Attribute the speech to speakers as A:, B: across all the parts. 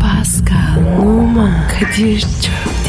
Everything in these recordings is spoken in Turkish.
A: Pascal, Oman, Kadir çok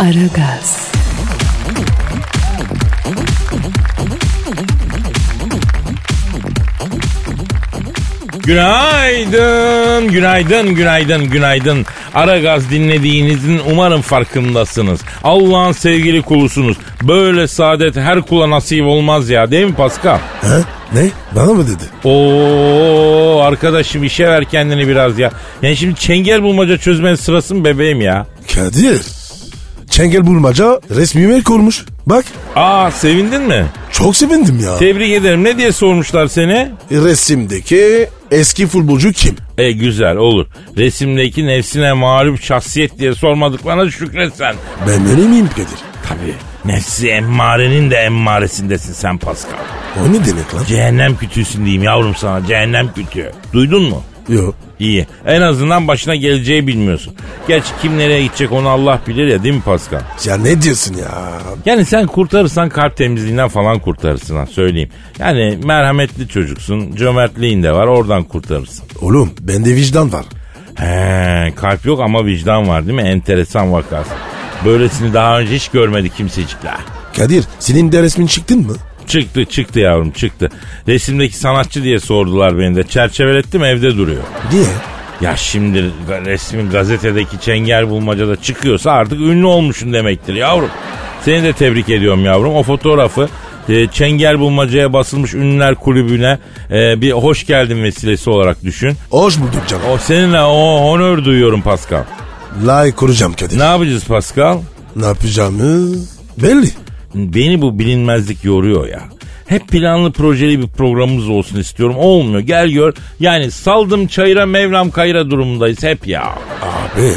A: Aragaz,
B: Günaydın, günaydın, günaydın, günaydın. Aragaz dinlediğinizin umarım farkındasınız. Allah'ın sevgili kulusunuz. Böyle saadet her kula nasip olmaz ya değil mi Pascal?
C: Ha? Ne? Bana mı dedi?
B: Oo arkadaşım işe ver kendini biraz ya. Yani şimdi çengel bulmaca çözmenin sırası mı bebeğim ya?
C: Kadir. Çengel bulmaca resmi mail kurmuş. Bak
B: Aa sevindin mi?
C: çok sevindim ya. E,
B: Tebrik ederim. Ne diye sormuşlar seni?
C: Resimdeki eski futbolcu kim?
B: E güzel olur. Resimdeki nefsine mağlup şahsiyet diye sormadıklarına şükret sen.
C: Ben öyle miyim Kadir?
B: Tabii. Nefsi emmarenin de emmaresindesin sen Pascal.
C: O ne demek lan?
B: Cehennem kütüğüsün diyeyim yavrum sana. Cehennem kütüğü. Duydun mu?
C: Yo.
B: İyi. En azından başına geleceği bilmiyorsun. Gerçi kim nereye gidecek onu Allah bilir ya değil mi Pascal?
C: Ya ne diyorsun ya?
B: Yani sen kurtarırsan kalp temizliğinden falan kurtarırsın ha söyleyeyim. Yani merhametli çocuksun. Cömertliğin de var oradan kurtarırsın.
C: Oğlum bende vicdan var.
B: He, kalp yok ama vicdan var değil mi? Enteresan vakası. Böylesini daha önce hiç görmedi kimsecikler.
C: Kadir senin de resmin çıktın mı?
B: Çıktı çıktı yavrum çıktı. Resimdeki sanatçı diye sordular beni de. Çerçevelettim evde duruyor.
C: Niye?
B: Ya şimdi ga- resmin gazetedeki çengel bulmacada çıkıyorsa artık ünlü olmuşsun demektir yavrum. Seni de tebrik ediyorum yavrum. O fotoğrafı e, çengel bulmacaya basılmış ünlüler kulübüne e, bir hoş geldin vesilesi olarak düşün.
C: Hoş bulduk canım.
B: O seninle o honor duyuyorum Pascal.
C: Like kuracağım Kadir.
B: Ne yapacağız Pascal?
C: Ne yapacağımız belli.
B: Beni bu bilinmezlik yoruyor ya. Hep planlı projeli bir programımız olsun istiyorum. Olmuyor. Gel gör. Yani saldım çayıra mevlam kayıra durumundayız hep ya.
C: Abi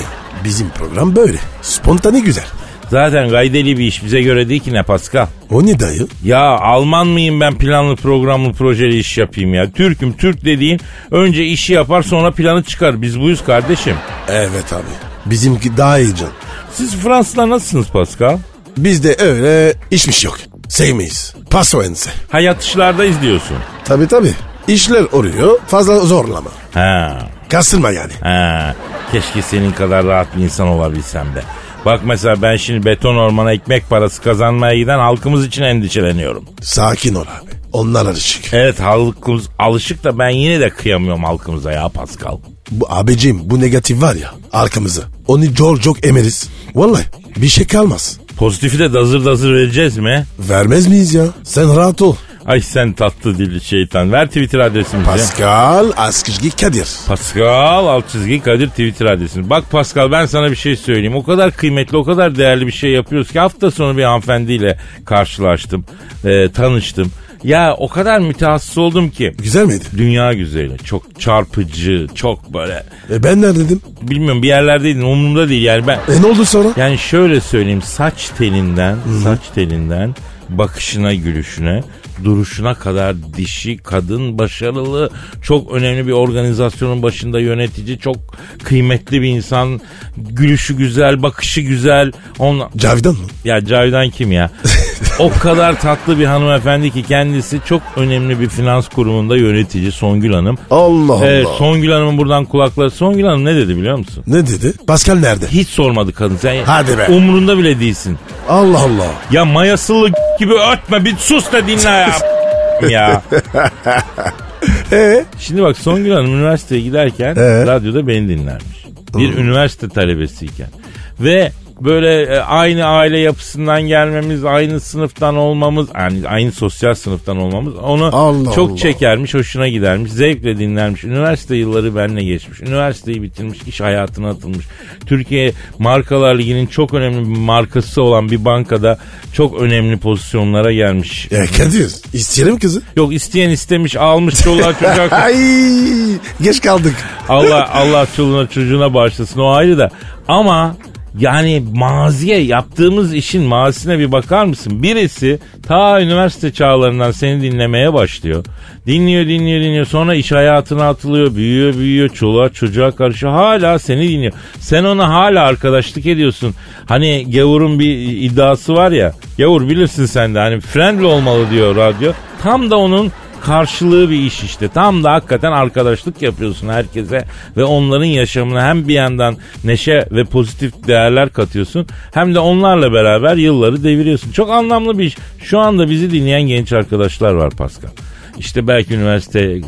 C: bizim program böyle. Spontane güzel.
B: Zaten gaydeli bir iş bize göre değil ki ne Pascal.
C: O ne dayı?
B: Ya Alman mıyım ben planlı programlı projeli iş yapayım ya. Türk'üm Türk dediğin önce işi yapar sonra planı çıkar. Biz buyuz kardeşim.
C: Evet abi. Bizimki daha iyi can.
B: Siz Fransızlar nasılsınız Pascal?
C: Bizde öyle işmiş yok. Sevmeyiz. Paso ense.
B: Ha yatışlardayız diyorsun.
C: Tabi tabi. İşler oluyor fazla zorlama.
B: Ha.
C: Kasılma yani.
B: Ha, keşke senin kadar rahat bir insan olabilsem de. Bak mesela ben şimdi beton ormana ekmek parası kazanmaya giden halkımız için endişeleniyorum.
C: Sakin ol abi. Onlar alışık.
B: Evet halkımız alışık da ben yine de kıyamıyorum halkımıza ya Pascal.
C: Bu abicim bu negatif var ya arkamızı. Onu çok çok emeriz. Vallahi bir şey kalmaz.
B: Pozitifi de dazır dazır vereceğiz mi?
C: Vermez miyiz ya? Sen rahat ol.
B: Ay sen tatlı dilli şeytan. Ver Twitter adresimizi.
C: Pascal Askışgi Kadir.
B: Pascal alt çizgi Kadir Twitter adresimiz. Bak Pascal ben sana bir şey söyleyeyim. O kadar kıymetli, o kadar değerli bir şey yapıyoruz ki hafta sonu bir hanımefendiyle karşılaştım, e, tanıştım. Ya o kadar mütehassıs oldum ki.
C: Güzel miydi?
B: Dünya güzeli, çok çarpıcı, çok böyle.
C: E ben neredeydim?
B: Bilmiyorum bir yerlerdeydin, umurumda değil yani ben.
C: E ne oldu sonra?
B: Yani şöyle söyleyeyim saç telinden saç telinden bakışına gülüşüne duruşuna kadar dişi kadın başarılı çok önemli bir organizasyonun başında yönetici çok kıymetli bir insan gülüşü güzel bakışı güzel onunla
C: Cavidan mı?
B: ya Cavidan kim ya? o kadar tatlı bir hanımefendi ki kendisi çok önemli bir finans kurumunda yönetici Songül Hanım.
C: Allah Allah.
B: Evet, Songül Hanım'ın buradan kulakları. Songül Hanım ne dedi biliyor musun?
C: Ne dedi? Pascal nerede?
B: Hiç sormadı kadın. Sen
C: Hadi be.
B: Umrunda bile değilsin.
C: Allah Allah.
B: Ya mayasılı gibi ötme bir sus da dinle ya. ya.
C: Ee?
B: Şimdi bak Songül Hanım üniversiteye giderken
C: Ee?
B: radyoda beni dinlermiş. Bir üniversite talebesiyken. Ve böyle e, aynı aile yapısından gelmemiz, aynı sınıftan olmamız, yani aynı sosyal sınıftan olmamız onu
C: Allah
B: çok
C: Allah.
B: çekermiş, hoşuna gidermiş, zevkle dinlermiş. Üniversite yılları benle geçmiş. Üniversiteyi bitirmiş, iş hayatına atılmış. Türkiye Markalar Ligi'nin çok önemli bir markası olan bir bankada çok önemli pozisyonlara gelmiş.
C: Ya Kadir isteyelim kızı.
B: Yok isteyen istemiş, almış çoluğa çocuğa
C: Ay geç kaldık.
B: Allah Allah çoluğuna çocuğuna bağışlasın o ayrı da. Ama yani maziye yaptığımız işin mazisine bir bakar mısın? Birisi ta üniversite çağlarından seni dinlemeye başlıyor. Dinliyor dinliyor dinliyor sonra iş hayatına atılıyor büyüyor büyüyor çoluğa çocuğa karışıyor hala seni dinliyor. Sen ona hala arkadaşlık ediyorsun. Hani Gavur'un bir iddiası var ya Gavur bilirsin sen de hani friendly olmalı diyor radyo. Tam da onun karşılığı bir iş işte. Tam da hakikaten arkadaşlık yapıyorsun herkese ve onların yaşamına hem bir yandan neşe ve pozitif değerler katıyorsun hem de onlarla beraber yılları deviriyorsun. Çok anlamlı bir iş. Şu anda bizi dinleyen genç arkadaşlar var Pascal. İşte belki üniversiteye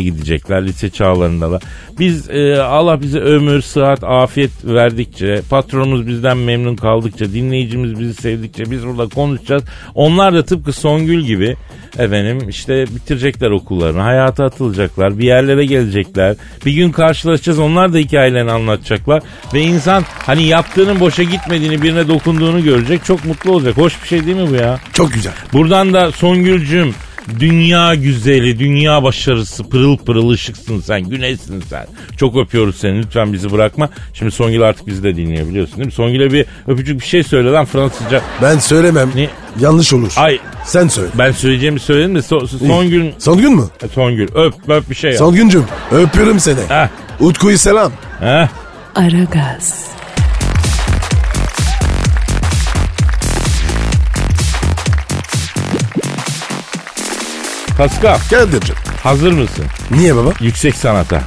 B: gidecekler, lise çağlarındalar. Biz e, Allah bize ömür, sıhhat, afiyet verdikçe, patronumuz bizden memnun kaldıkça, dinleyicimiz bizi sevdikçe biz burada konuşacağız. Onlar da tıpkı Songül gibi efendim işte bitirecekler okullarını, hayata atılacaklar, bir yerlere gelecekler. Bir gün karşılaşacağız, onlar da hikayelerini anlatacaklar. Ve insan hani yaptığının boşa gitmediğini, birine dokunduğunu görecek, çok mutlu olacak. Hoş bir şey değil mi bu ya?
C: Çok güzel.
B: Buradan da Songül'cüm dünya güzeli, dünya başarısı, pırıl pırıl ışıksın sen, güneşsin sen. Çok öpüyoruz seni, lütfen bizi bırakma. Şimdi Songül artık bizi de dinliyor biliyorsun değil mi? Songül'e bir öpücük bir şey söyle lan Fransızca.
C: Ben söylemem.
B: Ne?
C: Yanlış olur.
B: Ay
C: Sen söyle.
B: ben söyleyeceğimi söyledim de so- so- Songül, e,
C: Son gün mü?
B: Songül öp öp bir şey yap.
C: Son güncüm. Öpüyorum seni.
B: Heh.
C: Utku'yu selam.
B: Heh.
A: Aragaz,
B: Pascal
C: Kadir'cim.
B: hazır mısın?
C: Niye baba?
B: Yüksek sanata.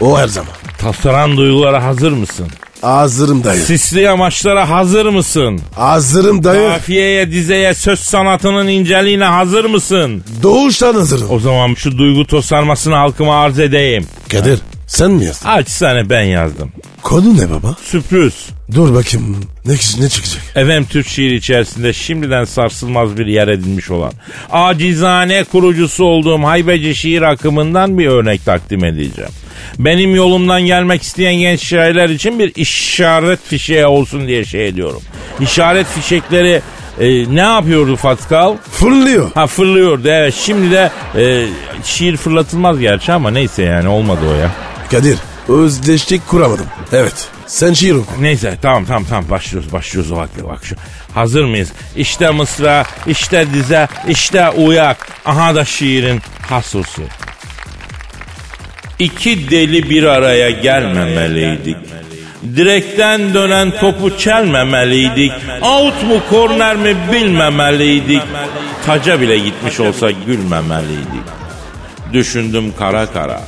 C: O her zaman.
B: Tasaran duygulara hazır mısın?
C: Hazırım dayı.
B: Sisli amaçlara hazır mısın?
C: Hazırım dayı.
B: Kafiyeye, dizeye, söz sanatının inceliğine hazır mısın?
C: Doğuştan hazırım.
B: O zaman şu duygu tosarmasını halkıma arz edeyim.
C: Kadir sen mi yazdın?
B: Açsane ben yazdım.
C: Konu ne baba?
B: Sürpriz.
C: Dur bakayım ne, ne çıkacak?
B: Efendim Türk şiiri içerisinde şimdiden sarsılmaz bir yer edinmiş olan acizane kurucusu olduğum haybeci şiir akımından bir örnek takdim edeceğim. Benim yolumdan gelmek isteyen genç şairler için bir işaret fişeği olsun diye şey ediyorum. İşaret fişekleri e, ne yapıyordu Fatkal?
C: Fırlıyor.
B: Ha fırlıyordu evet. Şimdi de e, şiir fırlatılmaz gerçi ama neyse yani olmadı o ya.
C: Kadir özdeşlik kuramadım. Evet sen şiir oku.
B: Neyse tamam tamam tamam başlıyoruz başlıyoruz o halde bak şu. Hazır mıyız? İşte mısra, işte dize, işte uyak. Aha da şiirin hasusu. İki deli bir araya gelmemeliydik. Direkten dönen topu çelmemeliydik. Out mu korner mi bilmemeliydik. Taca bile gitmiş olsa gülmemeliydik. Düşündüm kara kara.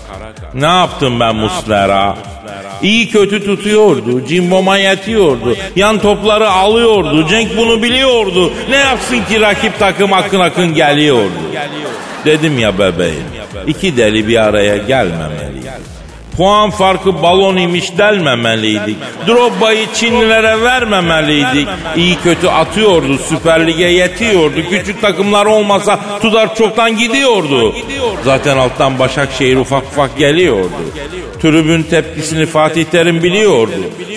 B: Ne yaptım ben Muslera? İyi kötü tutuyordu, cimboma yetiyordu, yan topları alıyordu, Cenk bunu biliyordu. Ne yapsın ki rakip takım akın akın geliyordu. Dedim ya bebeğim, iki deli bir araya gelmemeliydi. Puan farkı balon imiş delmemeliydik. Drogba'yı Çinlilere vermemeliydik. İyi kötü atıyordu, Süper Lig'e yetiyordu. Küçük takımlar olmasa Tudar çoktan gidiyordu. Zaten alttan Başakşehir ufak ufak geliyordu. Tribün tepkisini Fatih Terim biliyordu.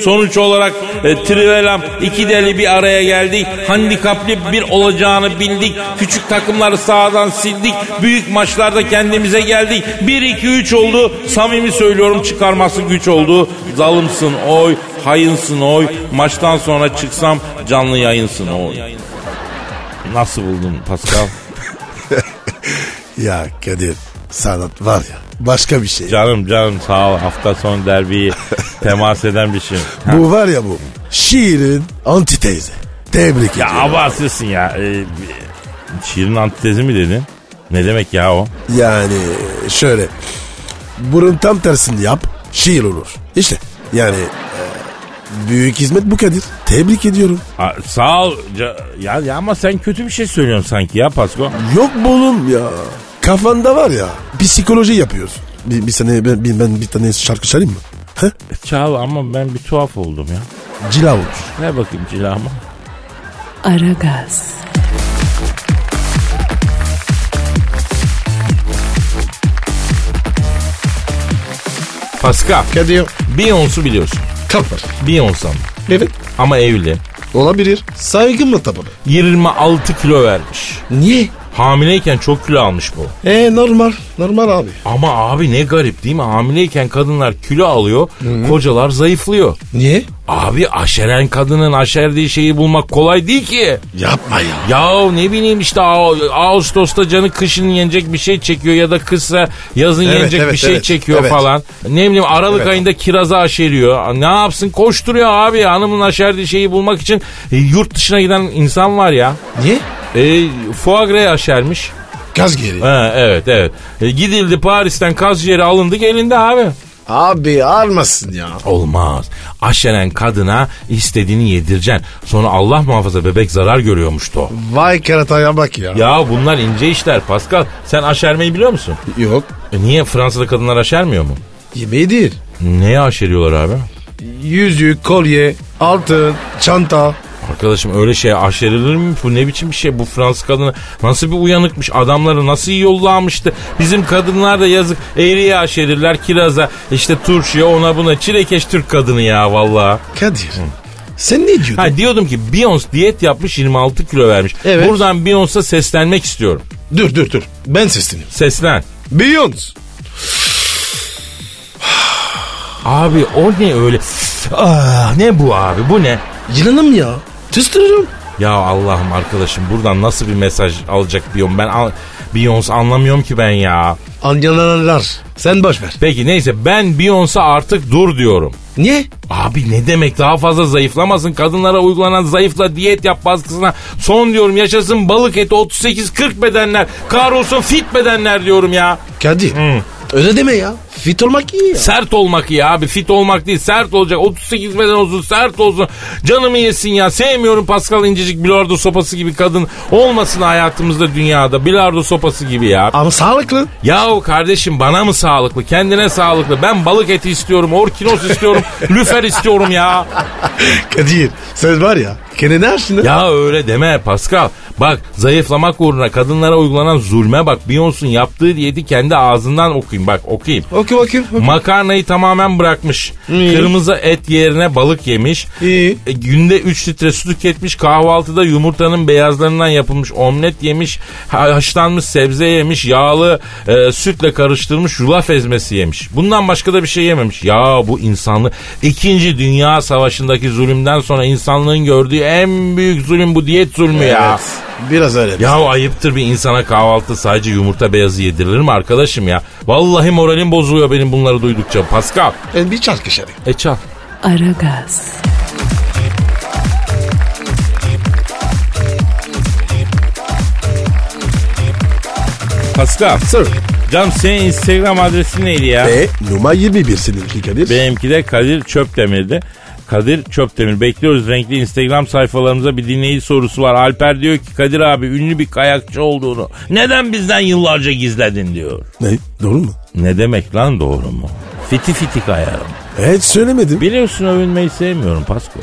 B: Sonuç olarak e, Trivelam iki deli bir araya geldik. Handikaplı bir olacağını bildik. Küçük takımları sahadan sildik. Büyük maçlarda kendimize geldik. 1-2-3 oldu. Samimi söylüyorum çıkarması güç oldu. Zalımsın oy, hayınsın oy. Maçtan sonra çıksam canlı yayınsın oy. Nasıl buldun Pascal?
C: Ya Kadir sanat var ya başka bir şey.
B: canım canım sağ ol. Hafta sonu derbiyi temas eden bir şey.
C: Bu var ya bu. Şiirin antitezi. Tebrik
B: Ya
C: ediyorum.
B: abartıyorsun ya. Ee, şiirin antitezi mi dedin? Ne demek ya o?
C: Yani e, şöyle. Burun tam tersini yap. Şiir olur. İşte yani e, büyük hizmet bu Kadir. Tebrik ediyorum.
B: Aa, sağ ol. Ca- Ya, ya ama sen kötü bir şey söylüyorsun sanki ya Pasko.
C: Yok bu oğlum ya. Kafanda var ya psikoloji yapıyoruz. Bir, bir sene ben, bir, ben bir tane şarkı çalayım mı? Heh,
B: Çağla ama ben bir tuhaf oldum ya.
C: Cila olur.
B: Ver bakayım cilamı.
A: Aragaz,
B: Pascal.
C: Kadir.
B: Beyoncé biliyorsun.
C: Kapır.
B: Beyoncé ama.
C: Evet.
B: ama evli.
C: Olabilir. Saygımla tabii.
B: 26 kilo vermiş.
C: Niye?
B: Hamileyken çok kilo almış bu.
C: E normal. Normal abi.
B: Ama abi ne garip değil mi? Hamileyken kadınlar kilo alıyor, kocalar zayıflıyor.
C: Niye?
B: Abi aşeren kadının aşerdiği şeyi bulmak kolay değil ki.
C: Yapma ya.
B: Ya ne bileyim işte A- Ağustos'ta canı kışın yenecek bir şey çekiyor ya da kışsa yazın
C: Evet,
B: yenecek
C: evet,
B: bir şey
C: evet,
B: çekiyor
C: evet.
B: falan. Ne bileyim Aralık
C: Evet.
B: ayında kiraza aşeriyor. Ne yapsın koşturuyor abi hanımın aşerdiği şeyi bulmak için e, yurt dışına giden insan var ya.
C: Niye?
B: E, Fuagre aşermiş.
C: Gaz geri.
B: Ha, evet evet. E, gidildi Paris'ten kaz ciğeri alındı gelindi abi.
C: Abi almasın ya.
B: Olmaz. Aşeren kadına istediğini yedireceksin. Sonra Allah muhafaza bebek zarar görüyormuştu o.
C: Vay kerataya bak ya.
B: Ya bunlar ince işler Pascal. Sen aşermeyi biliyor musun?
C: Yok.
B: E, niye Fransa'da kadınlar aşermiyor mu?
C: Yemeği değil.
B: Neye aşeriyorlar abi?
C: Yüzük, kolye, altın, çanta.
B: Arkadaşım öyle şey aşerilir mi? Bu ne biçim bir şey? Bu Fransız kadını nasıl bir uyanıkmış? Adamları nasıl iyi yollamıştı? Bizim kadınlar da yazık eğriye aşerirler kiraza. işte turşuya ona buna çilekeş Türk kadını ya vallahi.
C: Kadir. Sen ne diyordun?
B: Ha diyordum ki Beyoncé diyet yapmış 26 kilo vermiş.
C: Evet.
B: Buradan Beyoncé'a seslenmek istiyorum.
C: Dur dur dur. Ben sesleniyorum.
B: Seslen.
C: Beyoncé.
B: Abi o ne öyle? Ah, ne bu abi bu ne?
C: Yılanım ya. Tıstırırım.
B: Ya Allah'ım arkadaşım buradan nasıl bir mesaj alacak Beyoncé? Ben al- Beyoncé anlamıyorum ki ben ya.
C: Anyalanlar. Sen boş ver.
B: Peki neyse ben Beyoncé artık dur diyorum.
C: Niye?
B: Abi ne demek daha fazla zayıflamasın kadınlara uygulanan zayıfla diyet yap baskısına son diyorum yaşasın balık eti 38-40 bedenler kahrolsun fit bedenler diyorum ya.
C: Kadir. Öyle deme ya. Fit olmak iyi ya.
B: Sert olmak iyi abi fit olmak değil sert olacak 38 beden olsun sert olsun canımı yesin ya sevmiyorum Pascal incecik bilardo sopası gibi kadın olmasın hayatımızda dünyada bilardo sopası gibi ya.
C: Ama sağlıklı.
B: Yahu kardeşim bana mı sağlıklı kendine sağlıklı ben balık eti istiyorum orkinos istiyorum lüfer istiyorum ya.
C: Kadir. Sen var ya. Kendine aşina.
B: Ya öyle deme Pascal. Bak zayıflamak uğruna kadınlara uygulanan zulme bak. Beyoncé'un yaptığı diyeti kendi ağzından okuyayım. Bak okuyayım.
C: Oku bakayım. oku.
B: Makarnayı tamamen bırakmış.
C: İyi.
B: Kırmızı et yerine balık yemiş.
C: İyi.
B: E, günde 3 litre su tüketmiş. Kahvaltıda yumurtanın beyazlarından yapılmış omlet yemiş. ha- Haşlanmış sebze yemiş. Yağlı e, sütle karıştırmış yulaf ezmesi yemiş. Bundan başka da bir şey yememiş. Ya bu insanlık. İkinci Dünya Savaşı'ndaki zulümden sonra insanlığın gördüğü en büyük zulüm bu diyet zulmü ya.
C: Evet, Biraz öyle.
B: Ya ayıptır bir insana kahvaltı sadece yumurta beyazı yedirilir mi arkadaşım ya? Vallahi moralim bozuluyor benim bunları duydukça. Pascal.
C: E, bir çarkı şarkı.
B: E çal.
A: Aragaz,
B: Pascal.
C: Sır.
B: Cam senin Instagram adresin neydi ya?
C: E numara 21 seninki Kadir.
B: Benimki de Kadir Çöpdemir'di. Kadir Çöpdemir. Bekliyoruz renkli Instagram sayfalarımıza bir dinleyici sorusu var. Alper diyor ki Kadir abi ünlü bir kayakçı olduğunu neden bizden yıllarca gizledin diyor.
C: Ne? Doğru mu?
B: Ne demek lan doğru mu? Fiti fiti kayarım.
C: Evet söylemedim.
B: Biliyorsun övünmeyi sevmiyorum Pasko.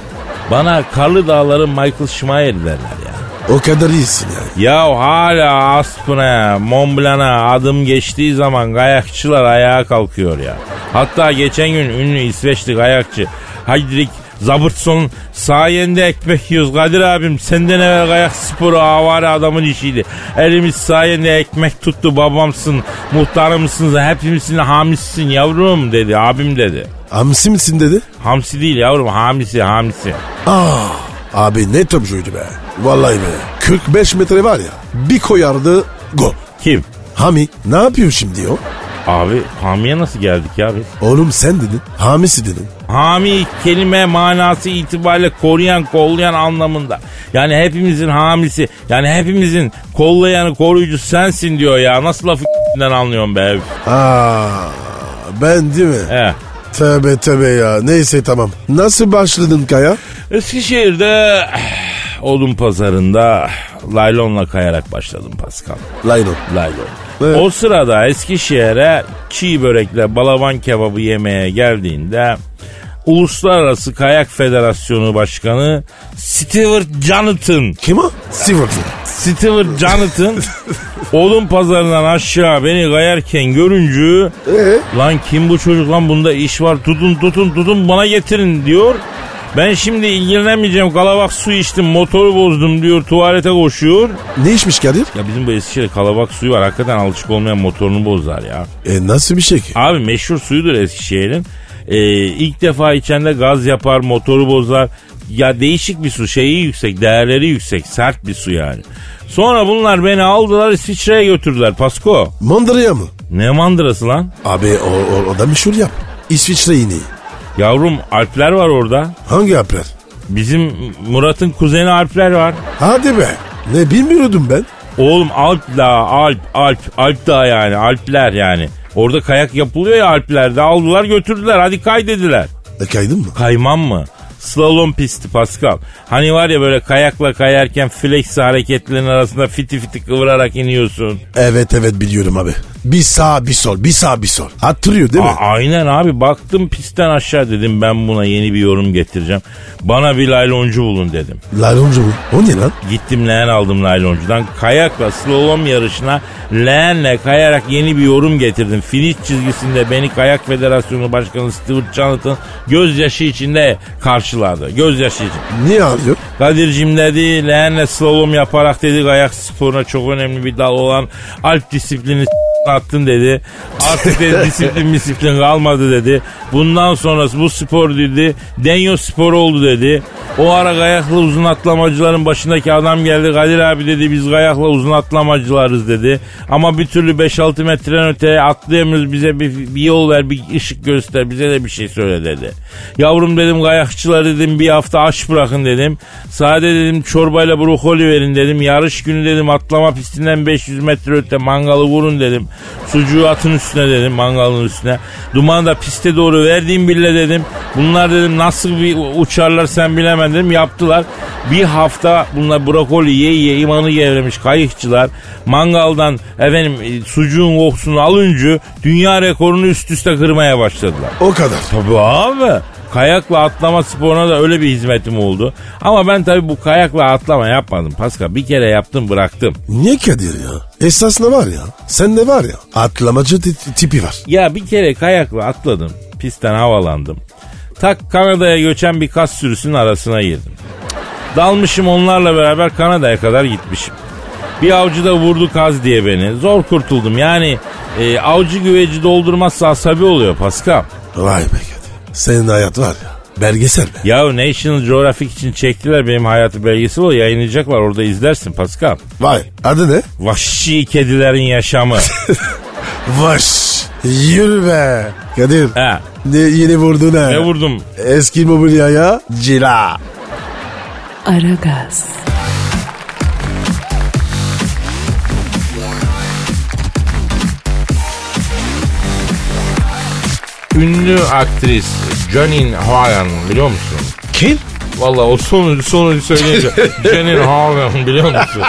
B: Bana karlı dağların Michael Schumacher derler ya.
C: O kadar iyisin yani.
B: Ya hala Aspen'e, Mont Blanc'a adım geçtiği zaman kayakçılar ayağa kalkıyor ya. Hatta geçen gün ünlü İsveçli kayakçı Heidrik Zabertson sayende ekmek yiyoruz. Kadir abim senden evvel kayak sporu avare adamın işiydi. Elimiz sayende ekmek tuttu babamsın, muhtarımsın, hepimizin hamisisin yavrum dedi, abim dedi.
C: Hamsi misin dedi.
B: Hamsi değil yavrum hamisi hamisi.
C: Aa, Ah, abi ne topçuydu be. Vallahi be. 45 metre var ya. Bir koyardı gol.
B: Kim?
C: Hami ne yapıyor şimdi o?
B: Abi hamiye nasıl geldik ya biz?
C: Oğlum sen dedin. Hamisi dedin.
B: Hami kelime manası itibariyle koruyan kollayan anlamında. Yani hepimizin hamisi yani hepimizin kollayanı koruyucusu sensin diyor ya. Nasıl lafı anlıyorum be.
C: Aa, ben değil mi?
B: He.
C: Tövbe tövbe ya. Neyse tamam. Nasıl başladın Kaya?
B: Eskişehir'de eh, odun pazarında laylonla kayarak başladım Pascal.
C: Laylon.
B: Laylon.
C: Evet.
B: O sırada Eskişehir'e çiğ börekle balaban kebabı yemeye geldiğinde Uluslararası Kayak Federasyonu Başkanı Stewart Jonathan.
C: Kim o? Stewart'ın.
B: Stewart Jonathan oğlum pazarından aşağı beni kayarken görünce lan kim bu çocuk lan bunda iş var tutun tutun tutun bana getirin diyor. Ben şimdi ilgilenemeyeceğim kalabak su içtim motoru bozdum diyor tuvalete koşuyor.
C: Ne işmiş Kadir?
B: Ya bizim bu Eskişehir'de kalabak suyu var hakikaten alışık olmayan motorunu bozar ya.
C: E nasıl bir şey ki?
B: Abi meşhur suyudur Eskişehir'in. Ee, ilk defa içende gaz yapar, motoru bozar. Ya değişik bir su, şeyi yüksek, değerleri yüksek, sert bir su yani. Sonra bunlar beni aldılar İsviçre'ye götürdüler Pasko.
C: Mandırya mı?
B: Ne mandırası lan?
C: Abi o, o, o da meşhur yap. İsviçre ineği.
B: Yavrum Alpler var orada.
C: Hangi apler?
B: Bizim Murat'ın kuzeni Alpler var.
C: Hadi be. Ne bilmiyordum ben.
B: Oğlum Alp Dağı, Alp, Alp, Alp Dağı yani, Alpler yani. Orada kayak yapılıyor ya Alpler'de aldılar götürdüler hadi kay dediler.
C: E kaydın mı?
B: Kayman mı? Slalom pisti Pascal. Hani var ya böyle kayakla kayarken flex hareketlerin arasında fiti fiti kıvırarak iniyorsun.
C: Evet evet biliyorum abi. Bir sağ bir sol bir sağ bir sol. Hatırlıyor değil mi?
B: Aa, aynen abi baktım pistten aşağı dedim ben buna yeni bir yorum getireceğim. Bana bir layloncu bulun dedim.
C: Laroncu mu? O ne lan?
B: Gittim leğen aldım layloncudan. Kayakla slalom yarışına leğenle kayarak yeni bir yorum getirdim. Finish çizgisinde beni Kayak Federasyonu Başkanı Stewart Jonathan gözyaşı içinde karşıladı. Gözyaşı için.
C: Niye ağlıyor?
B: Kadir'cim dedi leğenle slalom yaparak dedi kayak sporuna çok önemli bir dal olan alp disiplini s- attın dedi. Artık dedi disiplin disiplin kalmadı dedi. Bundan sonrası bu spor dedi. Denyo sporu oldu dedi. O ara kayaklı uzun atlamacıların başındaki adam geldi. Kadir abi dedi biz kayakla uzun atlamacılarız dedi. Ama bir türlü 5-6 metren öteye atlayamıyoruz. Bize bir, bir yol ver bir ışık göster bize de bir şey söyle dedi. Yavrum dedim kayakçılar dedim bir hafta aç bırakın dedim. Sade dedim çorbayla brokoli verin dedim. Yarış günü dedim atlama pistinden 500 metre öte mangalı vurun dedim. Sucuğu atın üstüne dedim mangalın üstüne. Dumanı da piste doğru verdiğim bile dedim. Bunlar dedim nasıl bir uçarlar sen bilemem dedim. Yaptılar. Bir hafta bunlar brokoli ye ye imanı gevremiş kayıkçılar. Mangaldan efendim e, sucuğun kokusunu alınca dünya rekorunu üst üste kırmaya başladılar.
C: O kadar.
B: Tabii abi. Kayakla atlama sporuna da öyle bir hizmetim oldu. Ama ben tabii bu kayakla atlama yapmadım Pascal. Bir kere yaptım bıraktım.
C: Niye Kadir ya? Esasında var ya. Sende var ya. Atlamacı ti- tipi var.
B: Ya bir kere kayakla atladım. Pistten havalandım. Tak Kanada'ya göçen bir kas sürüsünün arasına girdim. Dalmışım onlarla beraber Kanada'ya kadar gitmişim. Bir avcı da vurdu kaz diye beni. Zor kurtuldum. Yani e, avcı güveci doldurmazsa asabi oluyor Pascal.
C: Vay be Kadir. Senin hayat var ya. Belgesel be.
B: Ya National Geographic için çektiler benim hayatı belgesel o yayınlayacaklar orada izlersin Pascal.
C: Vay. Adı ne?
B: Vahşi kedilerin yaşamı.
C: Vaş. Yürü be. Kadir.
B: He.
C: Ne, yeni vurdun ha.
B: E- Ne vurdum?
C: Eski mobilyaya cila.
A: Aragaz,
B: Ünlü aktris Janine Hogan biliyor musun?
D: Kim?
B: Valla o sonuncu sonuncu söyleyince Janine Hogan biliyor musun?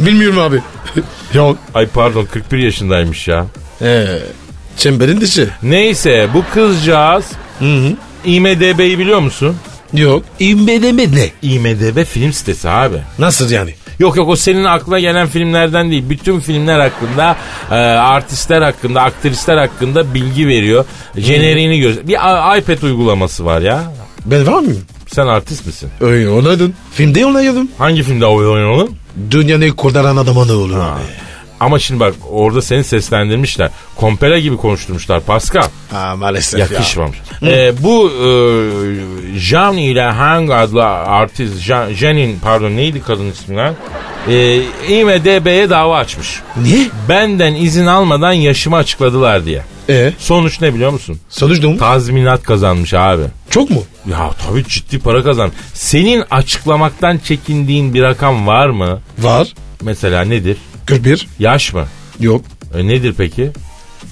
D: Bilmiyorum abi. Yok.
B: Ay pardon 41 yaşındaymış ya.
D: Ee, çemberin dışı.
B: Neyse bu kızcağız IMDB'yi biliyor musun?
D: Yok. İmbedeme ne?
B: IMDB film sitesi abi.
D: Nasıl yani?
B: Yok yok o senin aklına gelen filmlerden değil. Bütün filmler hakkında, e, artistler hakkında, aktrisler hakkında bilgi veriyor. Jeneriğini göz. Bir A- iPad uygulaması var ya.
D: Ben var mıyım?
B: Sen artist misin?
D: Öyle oynadın. Filmde oynadım.
B: Hangi filmde oynuyorsun oğlum?
D: Dünyanın kurtaran adamı ne olur abi?
B: Ama şimdi bak orada seni seslendirmişler. Kompera gibi konuşturmuşlar Pascal.
D: Ha, maalesef ya.
B: Yakışmamış. E, bu e, Jean ile Hang adlı artist, Jean, Jean'in pardon neydi kadın ismi lan? E, IMDB'ye dava açmış.
D: Niye?
B: Benden izin almadan yaşımı açıkladılar diye.
D: Ee,
B: Sonuç ne biliyor musun?
D: sonuç ne olmuş?
B: Tazminat kazanmış abi.
D: Çok mu?
B: Ya tabii ciddi para kazan. Senin açıklamaktan çekindiğin bir rakam var mı?
D: Var.
B: Mesela nedir?
D: 41.
B: Yaş mı?
D: Yok.
B: E nedir peki?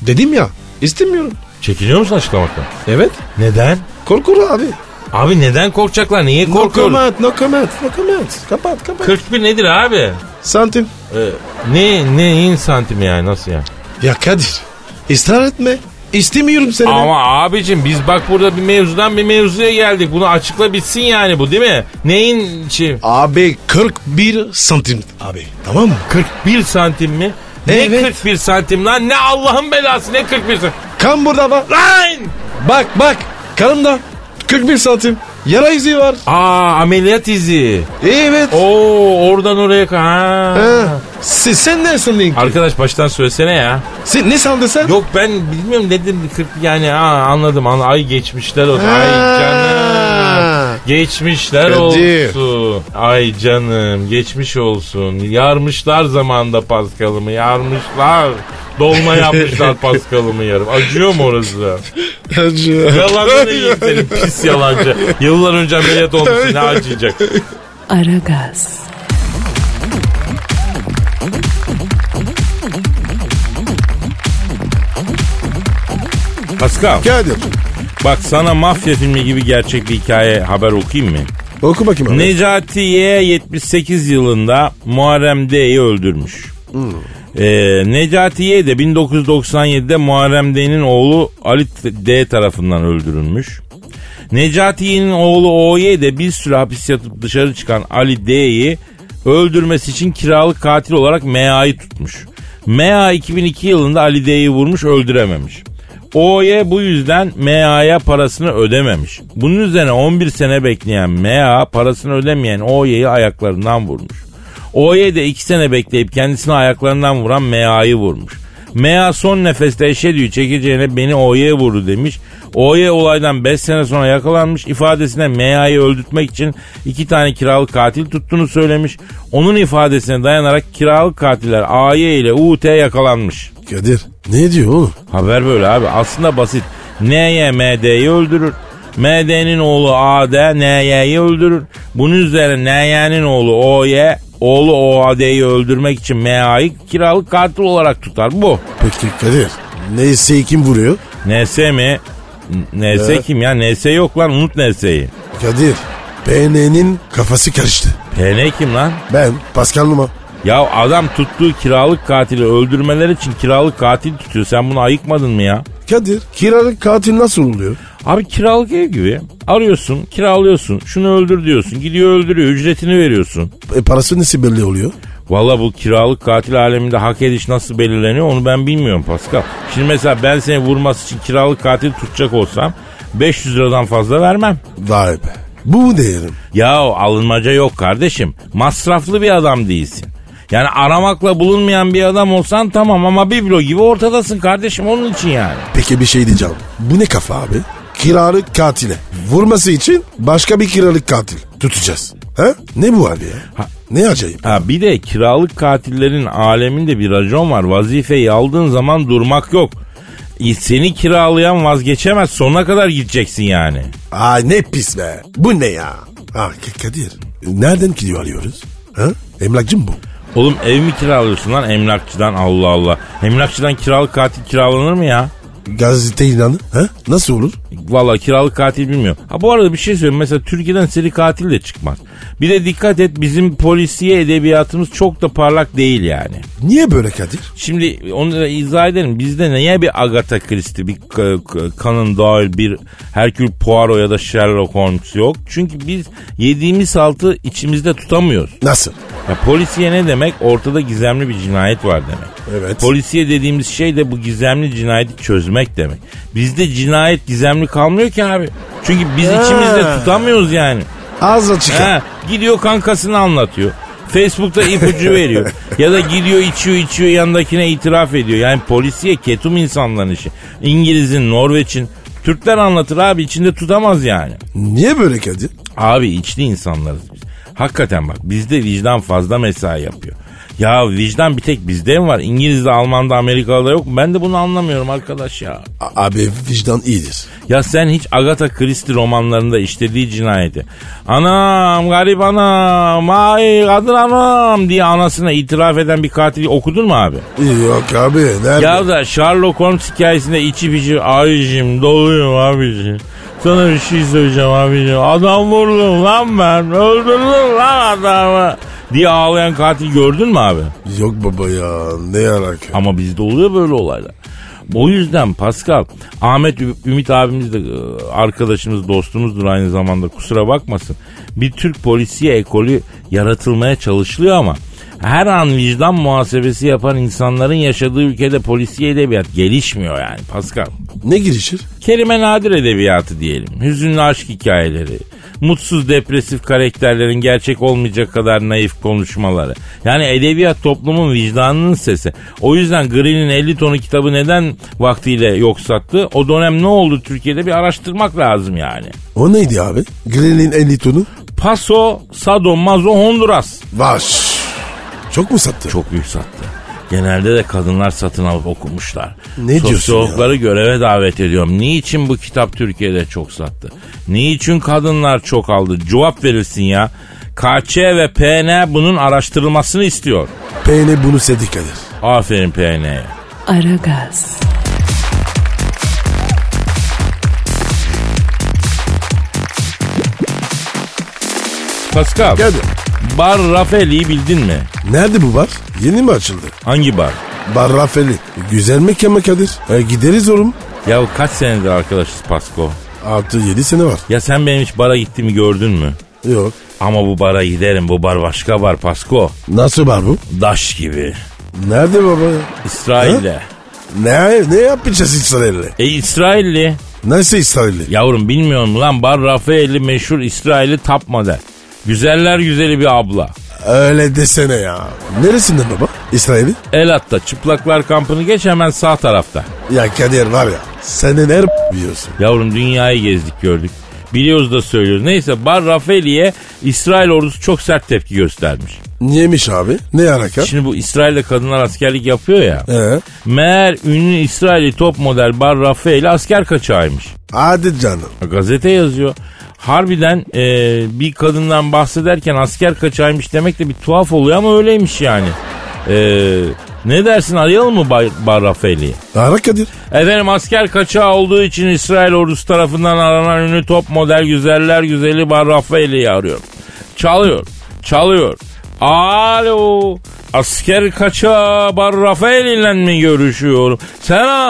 D: Dedim ya. istemiyorum.
B: Çekiniyor musun açıklamaktan?
D: Evet.
B: Neden?
D: Korkulu abi.
B: Abi neden korkacaklar? Niye
D: No
B: korkuyorlar?
D: comment, no comment, no comment. Kapat, kapat.
B: 41 nedir abi?
D: Santim.
B: E, ne ne in santim yani nasıl yani?
D: Ya Kadir, ısrar etme. İstemiyorum seni. ben.
B: Ama abicim biz bak burada bir mevzudan bir mevzuya geldik. Bunu açıkla bitsin yani bu değil mi? Neyin için?
D: Abi 41 santim abi tamam mı?
B: 41 santim mi? Ne
D: Evet.
B: 41 santim lan? Ne Allah'ın belası ne 41 santim?
D: Kan burada bak.
B: Lan!
D: Bak bak kanımda 41 santim. Yara izi var.
B: Aa ameliyat izi.
D: Evet.
B: Oo oradan oraya ka- ha.
D: Ha. Sen, sen ne sandın ki?
B: Arkadaş baştan söylesene ya.
D: Sen ne sandın sen?
B: Yok ben bilmiyorum dedim 40 yani ha, anladım anladım. ay geçmişler olsun. Ay
D: Ha.
B: canım. Geçmişler
D: Kadir.
B: olsun. Ay canım geçmiş olsun. Yarmışlar zamanda Paskal'ımı yarmışlar. Dolma yapmışlar Paskal'ımı yarım. Acıyor mu orası da? Yalanını yiyeyim senin pis yalancı. Yıllar önce ameliyat olmuşsun ne acıyacak.
A: Aragaz,
B: Paskal
C: Kadir
B: bak sana mafya filmi gibi gerçek bir hikaye haber okuyayım mı?
C: oku bakayım abi.
B: Necatiye 78 yılında Muharrem D'yi öldürmüş. Ee, Necatiye de 1997'de Muharrem D'nin oğlu Ali D tarafından öldürülmüş. Necatiye'nin oğlu O'ye de bir süre hapis yatıp dışarı çıkan Ali D'yi öldürmesi için kiralık katil olarak MA'yı tutmuş. MA 2002 yılında Ali D'yi vurmuş öldürememiş. O'ya bu yüzden MA'ya parasını ödememiş. Bunun üzerine 11 sene bekleyen MA parasını ödemeyen O'ye'yi ayaklarından vurmuş. O'ye de 2 sene bekleyip kendisini ayaklarından vuran MA'yı vurmuş. Mea son nefeste eşediği çekeceğine beni O'ye vurdu demiş. O'ye olaydan 5 sene sonra yakalanmış. İfadesine Mea'yı öldürtmek için iki tane kiralık katil tuttuğunu söylemiş. Onun ifadesine dayanarak kiralık katiller AY ile UT yakalanmış.
C: Kadir ne diyor oğlum?
B: Haber böyle abi. Aslında basit. N'ye MD'yi öldürür. MD'nin oğlu AD NY'yi öldürür. Bunun üzerine NY'nin oğlu OY oğlu OAD'yi öldürmek için MA'yı kiralık katil olarak tutar. Bu.
C: Peki Kadir neyse kim vuruyor?
B: NS mi? N- NS kim ya? NS yok lan unut NS'yi.
C: Kadir PN'nin kafası karıştı.
B: PN kim lan?
C: Ben Pascal Numa.
B: Ya adam tuttuğu kiralık katili öldürmeleri için kiralık katil tutuyor. Sen bunu ayıkmadın mı ya?
C: Kadir kiralık katil nasıl oluyor?
B: Abi kiralık ev gibi. Arıyorsun, kiralıyorsun. Şunu öldür diyorsun. Gidiyor öldürüyor. Ücretini veriyorsun.
C: E, parası nasıl belli oluyor?
B: Valla bu kiralık katil aleminde hak ediş nasıl belirleniyor onu ben bilmiyorum Pascal. Şimdi mesela ben seni vurması için kiralık katil tutacak olsam 500 liradan fazla vermem.
C: Vay be. Bu mu değerim?
B: Ya alınmaca yok kardeşim. Masraflı bir adam değilsin. Yani aramakla bulunmayan bir adam olsan tamam ama biblo gibi ortadasın kardeşim onun için yani.
C: Peki bir şey diyeceğim. Bu ne kafa abi? Kiralık katile. Vurması için başka bir kiralık katil tutacağız. Ha? Ne bu abi ya? Ne acayip.
B: Ha bir de kiralık katillerin aleminde bir racon var. Vazifeyi aldığın zaman durmak yok. E, Seni kiralayan vazgeçemez. Sonuna kadar gideceksin yani.
C: Ay ne pis be. Bu ne ya? Ha K- Kadir. Nereden gidiyor arıyoruz? Ha? Emlakçı mı bu?
B: Oğlum ev mi kiralıyorsun lan emlakçıdan Allah Allah. Emlakçıdan kiralık katil kiralanır mı ya?
C: Gazete ilanı. Ha? Nasıl olur?
B: Valla kiralık katil bilmiyorum. Ha bu arada bir şey söyleyeyim. Mesela Türkiye'den seri katil de çıkmaz. Bir de dikkat et bizim polisiye edebiyatımız çok da parlak değil yani.
C: Niye böyle Kadir?
B: Şimdi onu da izah edelim. Bizde neye bir Agatha Christie, bir Conan Doyle, bir Hercule Poirot ya da Sherlock Holmes yok. Çünkü biz yediğimiz altı içimizde tutamıyoruz.
C: Nasıl?
B: Ya polisiye ne demek? Ortada gizemli bir cinayet var demek.
C: Evet.
B: Polisiye dediğimiz şey de bu gizemli cinayeti çözmek demek. Bizde cinayet gizemli kalmıyor ki abi. Çünkü biz içimizde tutamıyoruz yani.
C: Ağzına çıkar.
B: Ha, gidiyor kankasını anlatıyor. Facebook'ta ipucu veriyor. ya da gidiyor içiyor içiyor yanındakine itiraf ediyor. Yani polisiye ketum insanların işi. İngiliz'in, Norveç'in. Türkler anlatır abi içinde tutamaz yani.
C: Niye böyle Kadir?
B: Abi içli insanlarız biz. Hakikaten bak bizde vicdan fazla mesai yapıyor. Ya vicdan bir tek bizde mi var? İngiliz'de, Alman'da, Amerika'da yok mu? Ben de bunu anlamıyorum arkadaş ya.
C: A- abi vicdan iyidir.
B: Ya sen hiç Agatha Christie romanlarında işlediği cinayeti anam garip anam ay kadın anam diye anasına itiraf eden bir katili okudun mu abi?
C: İyi, Yok abi. Nerede?
B: Ya da Sherlock Holmes hikayesinde içi biçi abicim doluyum abicim. Sana bir şey söyleyeceğim abicim. Adam vurdum lan ben. Öldürdüm lan adamı. Diye ağlayan katil gördün mü abi?
C: Yok baba ya. Ne alaka?
B: Ama bizde oluyor böyle olaylar. O yüzden Pascal, Ahmet Ü- Ümit abimiz de e, arkadaşımız, dostumuzdur aynı zamanda kusura bakmasın. Bir Türk polisiye ekolü yaratılmaya çalışılıyor ama her an vicdan muhasebesi yapan insanların yaşadığı ülkede polisiye edebiyat gelişmiyor yani Pascal.
C: Ne girişir?
B: Kerime Nadir edebiyatı diyelim. Hüzünlü aşk hikayeleri. Mutsuz depresif karakterlerin gerçek olmayacak kadar naif konuşmaları. Yani edebiyat toplumun vicdanının sesi. O yüzden Green'in 50 tonu kitabı neden vaktiyle yok sattı? O dönem ne oldu Türkiye'de bir araştırmak lazım yani.
C: O neydi abi? Green'in 50 tonu.
B: Paso, Sado, Mazo, Honduras.
C: Var. Çok mu sattı?
B: Çok büyük sattı. Genelde de kadınlar satın alıp okumuşlar.
C: Ne diyorsun
B: Sosyologları göreve davet ediyorum. Niçin bu kitap Türkiye'de çok sattı? Niçin kadınlar çok aldı? Cevap verirsin ya. KÇ ve PN bunun araştırılmasını istiyor.
C: Peynir bunu sedik Kadir.
B: Aferin PN'ye.
A: Aragaz,
B: Pascal.
C: Geldi.
B: Bar Rafeli'yi bildin mi?
C: Nerede bu bar? Yeni mi açıldı?
B: Hangi bar?
C: Bar Rafeli. Güzel mekan mı Kadir? E, gideriz oğlum.
B: Ya kaç senedir arkadaşız Pasko?
C: Artı 7 sene var.
B: Ya sen benim hiç bara gittiğimi gördün mü?
C: Yok.
B: Ama bu bara giderim. Bu bar başka bar Pasko.
C: Nasıl bar bu?
B: Daş gibi.
C: Nerede baba ya?
B: İsrail'de.
C: Ne, ne yapacağız İsrail'le?
B: E İsrailli.
C: Nasıl İsrail'le?
B: Yavrum bilmiyorum lan Bar Rafaeli meşhur İsrail'i tap model. Güzeller güzeli bir abla.
C: Öyle desene ya. Neresinden baba? İsrail'i?
B: Elat'ta çıplaklar kampını geç hemen sağ tarafta.
C: Ya Kadir var ya. Senin her biliyorsun.
B: Yavrum dünyayı gezdik gördük. Biliyoruz da söylüyoruz. Neyse Bar Rafaeli'ye İsrail ordusu çok sert tepki göstermiş.
C: Niyemiş abi? Ne alaka?
B: Şimdi bu İsrail'de kadınlar askerlik yapıyor ya.
C: Ee,
B: Meğer ünlü İsrail'i top model Bar Rafaeli asker kaçağıymış.
C: hadi canım.
B: Gazete yazıyor. Harbiden e, bir kadından bahsederken asker kaçaymış demek de bir tuhaf oluyor ama öyleymiş yani. E, ne dersin arayalım mı Bay, Bar Rafaeli'yi?
C: Ara Kadir.
B: Efendim asker kaçağı olduğu için İsrail ordusu tarafından aranan ünlü top model güzeller güzeli Bar Rafaeli'yi arıyorum. Çalıyor, çalıyor. Alo, asker kaçağı Bar Rafaeli ile mi görüşüyorum?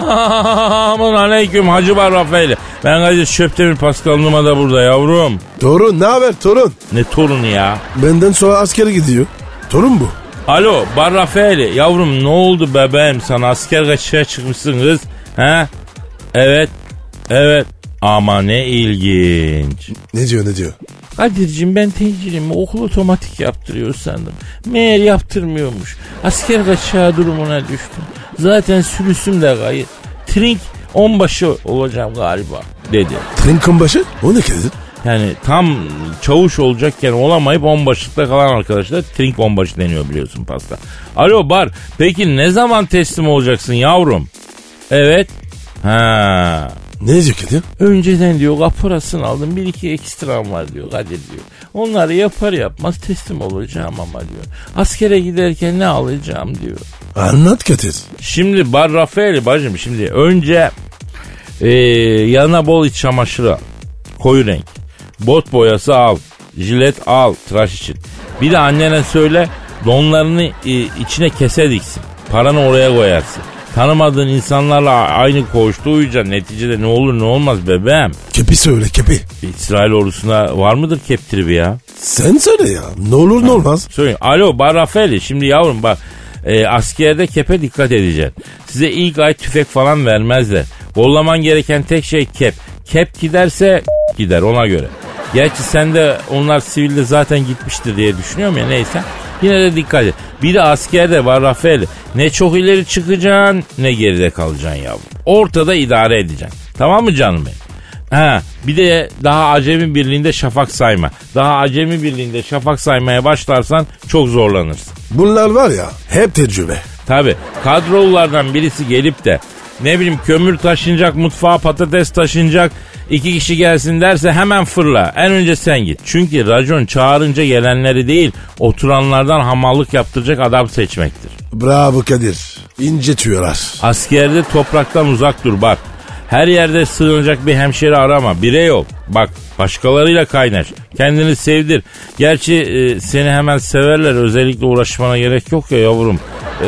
B: Selamun aleyküm Hacı Bar Rafaeli. Ben Kadir Çöptemir Pascal Numa da burada yavrum.
C: Torun ne haber torun?
B: Ne torunu ya?
C: Benden sonra askere gidiyor. Torun bu.
B: Alo Bar Rafaeli yavrum ne oldu bebeğim sana asker kaçışa çıkmışsın kız he? Evet evet ama ne ilginç.
C: Ne diyor ne diyor?
B: Kadir'cim ben tenceremi okul otomatik yaptırıyor sandım. Meğer yaptırmıyormuş. Asker kaçağı durumuna düştüm. Zaten sürüsüm de kayıp. Trink onbaşı olacağım galiba dedi.
C: Trinkon başı? O ne Kadir?
B: Yani tam çavuş olacakken olamayıp onbaşlıkta kalan arkadaşlar trink onbaşı deniyor biliyorsun pasta. Alo Bar peki ne zaman teslim olacaksın yavrum? Evet. Ha.
C: Ne diyor Kadir?
B: Önceden diyor kaporasını aldım bir iki ekstram var diyor Kadir diyor. Onları yapar yapmaz teslim olacağım ama diyor. Askere giderken ne alacağım diyor.
C: Anlat Kadir.
B: Şimdi Bar Rafaeli bacım şimdi önce e, yanına bol iç çamaşırı al. Koyu renk. Bot boyası al. Jilet al tıraş için. Bir de annene söyle donlarını e, içine kese diksin. Paranı oraya koyarsın. Tanımadığın insanlarla aynı koğuşta uyuyacaksın. Neticede ne olur ne olmaz bebeğim.
C: Kepi söyle kepi.
B: İsrail ordusuna var mıdır keptiri bir ya?
C: Sen söyle ya. Ne olur ne olmaz.
B: Söyleyeyim. Alo Bar Rafaeli şimdi yavrum bak e, askerde kepe dikkat edeceksin. Size ilk ay tüfek falan vermezler. Kollaman gereken tek şey kep. Kep giderse gider ona göre. Gerçi sen de onlar sivilde zaten gitmiştir diye düşünüyorum ya neyse. Yine de dikkat et. Bir de askerde var Rafaeli. Ne çok ileri çıkacaksın ne geride kalacaksın yavrum. Ortada idare edeceksin. Tamam mı canım benim? Ha, bir de daha acemi birliğinde şafak sayma. Daha acemi birliğinde şafak saymaya başlarsan çok zorlanırsın.
C: Bunlar var ya hep tecrübe.
B: Tabi kadrolulardan birisi gelip de ne bileyim kömür taşınacak mutfağa patates taşınacak iki kişi gelsin derse hemen fırla. En önce sen git. Çünkü racon çağırınca gelenleri değil oturanlardan hamallık yaptıracak adam seçmektir.
C: Bravo Kadir. İnce tüyolar.
B: Askerde topraktan uzak dur bak. Her yerde sığınacak bir hemşeri arama. Birey ol. Bak başkalarıyla kaynaş. Kendini sevdir. Gerçi e, seni hemen severler. Özellikle uğraşmana gerek yok ya yavrum. E,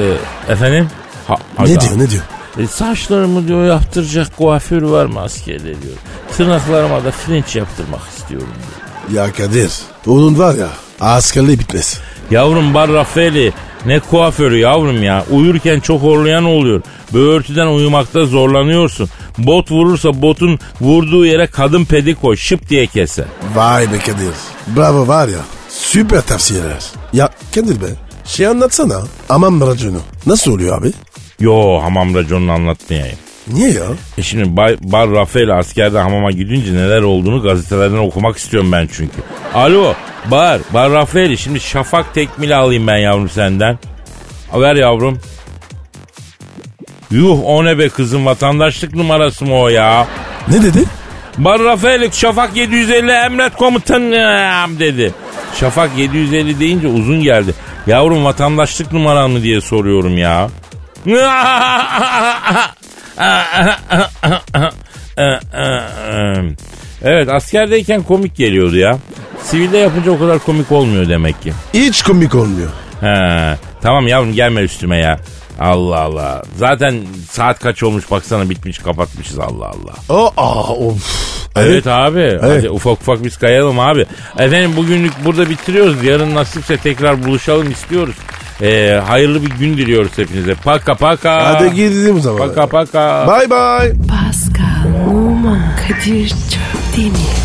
B: efendim? Ha-
C: Ne
B: hadi-
C: diyor ne diyor?
B: E, saçlarımı diyor yaptıracak kuaför var mı askerde diyor. Tırnaklarıma da fringe yaptırmak istiyorum diyor.
C: Ya Kadir onun var ya askerliği bitmez.
B: Yavrum Bar Rafaeli ne kuaförü yavrum ya. Uyurken çok horlayan oluyor. Böğürtüden uyumakta zorlanıyorsun. Bot vurursa botun vurduğu yere kadın pedi koy şıp diye keser.
C: Vay be Kadir. Bravo var ya süper tavsiyeler. Ya Kadir be şey anlatsana. Aman raconu. Nasıl oluyor abi?
B: Yo hamam raconunu anlatmayayım.
C: Niye ya?
B: E şimdi Bay, Bar Rafael askerde hamama gidince neler olduğunu gazetelerden okumak istiyorum ben çünkü. Alo Bar, Bar Rafael şimdi şafak tekmili alayım ben yavrum senden. A, Ver yavrum. Yuh o ne be kızım vatandaşlık numarası mı o ya?
C: Ne dedi?
B: Bar Rafael Şafak 750 emret komutanım dedi. Şafak 750 deyince uzun geldi. Yavrum vatandaşlık numaran mı diye soruyorum ya. Evet askerdeyken komik geliyordu ya. Sivilde yapınca o kadar komik olmuyor demek ki.
C: Hiç komik olmuyor.
B: He, tamam yavrum gelme üstüme ya. Allah Allah. Zaten saat kaç olmuş baksana bitmiş kapatmışız Allah Allah.
C: Aa of.
B: Evet, abi. Hadi ufak ufak biz kayalım abi. Efendim bugünlük burada bitiriyoruz. Yarın nasipse tekrar buluşalım istiyoruz. Ee, hayırlı bir gün diliyoruz hepinize. Paka paka.
C: Hadi gidelim o zaman.
B: Paka paka.
C: Bye bye.
A: Pascal, Oman, Kadir çok değil mi?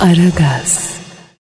A: Aragaz.